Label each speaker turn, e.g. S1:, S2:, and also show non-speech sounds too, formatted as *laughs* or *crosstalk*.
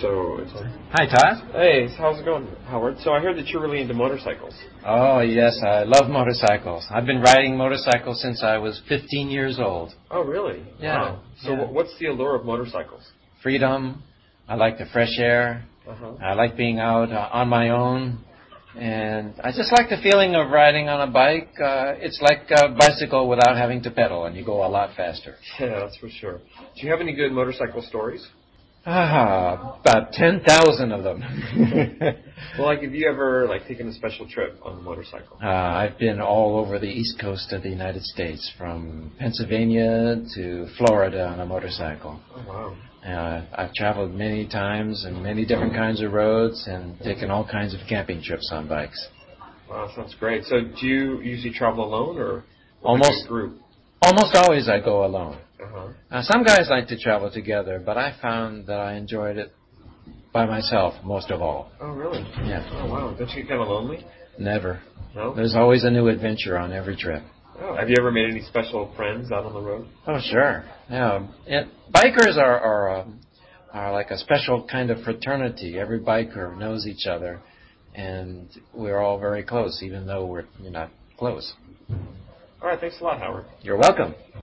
S1: So, it's,
S2: Hi, Todd.
S1: hey, how's it going, Howard? So I heard that you're really into motorcycles.
S2: Oh, yes, I love motorcycles. I've been riding motorcycles since I was 15 years old.
S1: Oh, really?
S2: Yeah.
S1: Wow. So
S2: Yeah.
S1: wh- what's the allure of motorcycles?
S2: Freedom. I like the fresh air.
S1: Uh-huh.
S2: I like being out uh, on my own. And I just like the feeling of riding on a bike. Uh, it's like a bicycle without having to pedal, and you go a lot faster.
S1: *laughs* Yeah, that's for sure. Do you have any good motorcycle stories?
S2: Ah, about 10,000 of them. *laughs*
S1: Well, like, have you ever, like, taken a special trip on a motorcycle?
S2: Uh, I've been all over the east coast of the United States, from Pennsylvania to Florida on a motorcycle.
S1: Oh, wow.
S2: Uh, I've traveled many times and many different kinds of roads and taken all kinds of camping trips on bikes.
S1: Wow, sounds great. So do you usually travel alone or with a
S2: Almost.
S1: good group?
S2: Almost always I go alone.
S1: Uh-huh.
S2: Uh, some guys like to travel together, but I found that I enjoyed it by myself most of all.
S1: Oh, really?
S2: Yeah.
S1: Oh, wow. Don't you get kind of lonely?
S2: Never.
S1: No?
S2: There's always a new adventure on every trip.
S1: Oh, have you ever made any special friends out on the road?
S2: Oh, sure. Yeah, it, bikers are are um, are like a special kind of fraternity. Every biker knows each other, and we're all very close, even though we're, we're not close.
S1: All right, thanks a lot, Howard.
S2: You're welcome.